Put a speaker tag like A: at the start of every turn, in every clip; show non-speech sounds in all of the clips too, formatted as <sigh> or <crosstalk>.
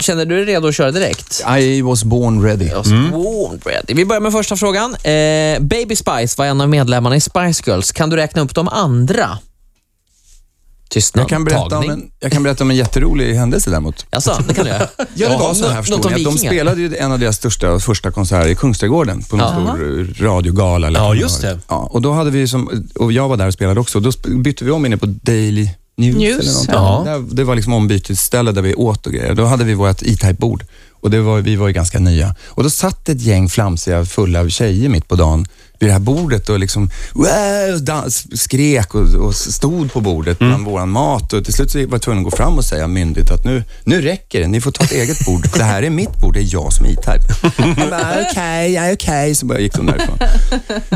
A: Känner du dig redo att köra direkt?
B: I was born ready.
A: Jag swan ready. Vi börjar med första frågan. Eh, Baby Spice var en av medlemmarna i Spice Girls. Kan du räkna upp de andra? Tystnad.
B: Jag kan, berätta om
A: Tagning.
B: en, jag kan berätta om en jätterolig händelse däremot.
A: Jaså, det kan du göra?
B: <laughs> Ja, det var så här
A: Nå-
B: förstår
A: något om
B: ni, att de
A: vikingar.
B: spelade ju en av deras största och första konserter i Kungsträdgården på någon
A: Jaha.
B: stor eh, radiogala. eller
C: Ja,
B: vad
C: just
B: var.
C: det.
B: Ja, och då hade vi som, och jag var där och spelade också, då sp- bytte vi om inne på Daily News,
D: News,
B: eller något.
C: ja.
B: Där, det var liksom ombytesställe där vi åt och grejer. Då hade vi vårt E-Type-bord och det var, vi var ju ganska nya. Och då satt ett gäng flamsiga, fulla tjejer mitt på dagen vid det här bordet och liksom "Wow!" och dans, skrek och, och stod på bordet bland våran mat. Och till slut så var jag tvungen att gå fram och säga myndigt att nu, nu räcker det, ni får ta ett eget bord. Det här är mitt bord, det är jag som är E-Type. Jag bara, Okej, ja, okej. Så bara gick de därifrån.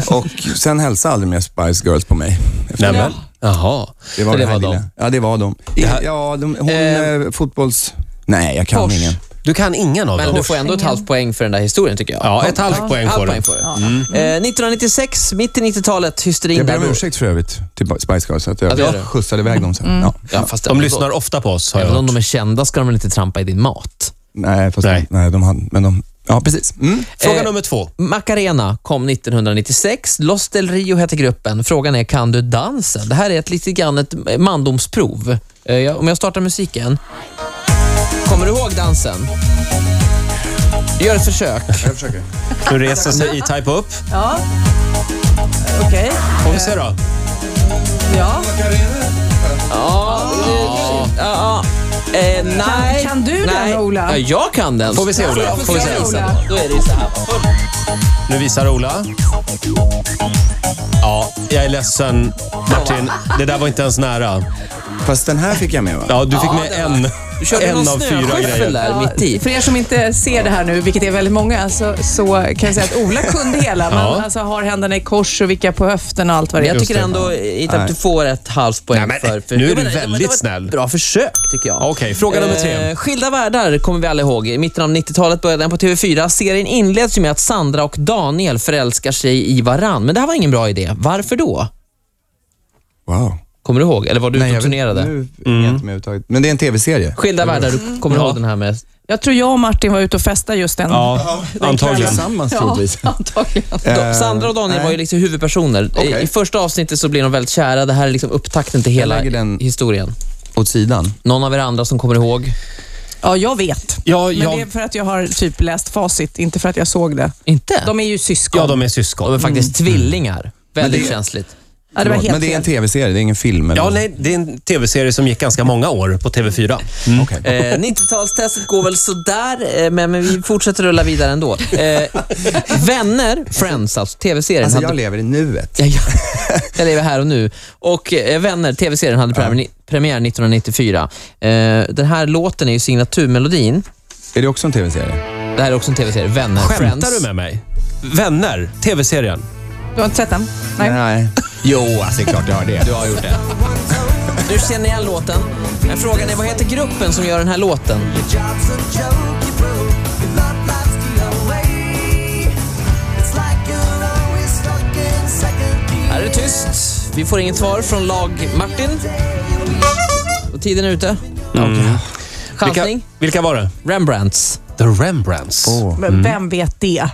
B: Och sen hälsade aldrig mer Spice Girls på mig. Efter det.
C: Nämen. Jaha.
B: Det var,
C: det
B: det här
C: var
B: lilla.
C: de.
B: Ja, det var de.
C: här-
B: Ja, de, hon,
A: Eh,
B: eh, fotbolls... Nej, jag kan
A: Fors.
B: ingen.
C: Du kan ingen av
A: Men
C: dem?
A: du får ändå ett halvt poäng för den där historien tycker jag.
C: Ja, ett halvt poäng
A: Halvt
C: får du.
A: poäng får du.
B: Mm.
A: Eh, 1996, mitt i 90-talet, hysterin
B: Jag ber om
A: där-
B: ursäkt för övrigt till Spice Girls att
A: Ja,
B: jag
A: det gör du.
B: skjutsade iväg dem sen. Ja.
A: Ja, fast
C: De lyssnar ofta på oss, har jag
A: Även om
C: hört.
A: de är kända ska de väl inte trampa i din mat?
B: Nej, fast
C: Nej.
B: nej. de hade, men de... Ja, precis. Mm.
C: Fråga
A: Eh,
C: nummer två.
A: Macarena kom 1996. Los del Rio hette gruppen. Frågan är, kan du dansen? Det här är ett lite grann ett mandomsprov. Eh, jag- Om jag startar musiken. Kommer du ihåg dansen? Gör ett försök.
B: Jag försöker.
C: Nu reser sig E-Type upp.
D: Ja. Okej.
C: Får vi se då.
D: Ja.
A: Ja, ja. eh, nej.
D: kan du den,
A: nej.
D: Ola?
A: Ja, jag kan den.
C: Får vi se, Ola? Får vi se.
D: Ola.
A: Då är det ju så här.
C: Nu visar Ola. Ja, jag är ledsen Martin. Det där var inte ens nära.
B: Fast den här fick jag med va?
C: Ja, du fick med
A: det var-
C: en,
A: Du körde
C: en
A: någon
C: av fyra
A: snöskyffel
C: grejer.
A: där mitt i.
D: För er som inte ser det här nu, vilket är väldigt många, så, så kan jag säga att Ola kunde hela. Men
C: Ja.
D: alltså har händerna i kors och vicka på höften och allt vad det
A: Jag
D: är.
A: tycker ändå inte att du får ett halvt poäng
C: Nej, men,
A: för, för...
C: nu är
A: Jo,
C: du
A: men-
C: väldigt
A: men det var ett
C: snäll.
A: Bra försök, tycker jag.
C: Okej, fråga nummer tre.
A: Eh, Skilda världar kommer vi alla ihåg. I mitten av 90-talet började den på TV4. Serien inleds ju med att Sandra och Daniel förälskar sig i varann. Men det här var ingen bra idé. Varför då?
B: Wow.
A: Kommer du ihåg? Eller var du ute och
B: vet-
A: turnerade?
B: Nu är jag inte med överhuvudtaget. Men det är en tv-serie.
A: Skilda världar, du kommer ihåg den här med...
D: Jag tror jag och Martin var ute och festade just den.
C: Ja, antagligen.
B: Tillsammans
D: Ja,
B: troligtvis.
D: <laughs> antagligen.
C: Eh,
A: De, Sandra och Daniel
B: nej.
A: var ju liksom huvudpersoner. I-
B: Okej.
A: I första avsnittet så blir de väldigt kära. Det här är liksom upptakten till hela
B: lägger den-
A: historien.
B: Åt sidan.
A: Någon av er andra som kommer ihåg?
D: Ja, jag vet.
C: Ja,
D: Men det är
C: jag,
D: för att jag har typ läst facit, inte för att jag såg det.
A: Inte?
D: De är ju syskon.
C: ja, de är
A: De är
C: syskon.
A: faktiskt tvillingar. Väldigt känsligt.
D: Ja, det var helt
B: Men det är en
D: fel.
B: tv-serie, det är ingen film. Eller?
C: Ja, nej, det är en tv-serie som gick ganska många år på TV4.
B: Okej.
A: Eh, 90-talstestet går väl sådär, eh, men, men vi fortsätter rulla vidare ändå. Eh, vänner, Friends alltså, tv-serien.
B: Alltså, jag
A: hade...
B: lever i nuet.
A: Ja, jag, jag lever här och nu. Och eh, Vänner, tv-serien, hade premiär, premiär 1994. Eh, den här låten är ju signaturmelodin.
B: Är det också en tv-serie?
A: Det här är också en tv-serie. Vänner,
C: Skämtar
A: Friends.
C: du med mig? Vänner, tv-serien.
D: Du har inte sett den? Nej.
B: nej. Jo, alltså det är klart jag har det. Du har gjort det.
A: Du känner igen låten. Men frågan är, vad heter gruppen som gör den här låten? Här är Er det tyst. Vi får inget svar från lag-Martin. Och tiden är ute.
C: Vilka,
A: Chansning?
C: vilka var det?
A: Rembrandts.
C: The Rembrandts.
D: Men vem vet det?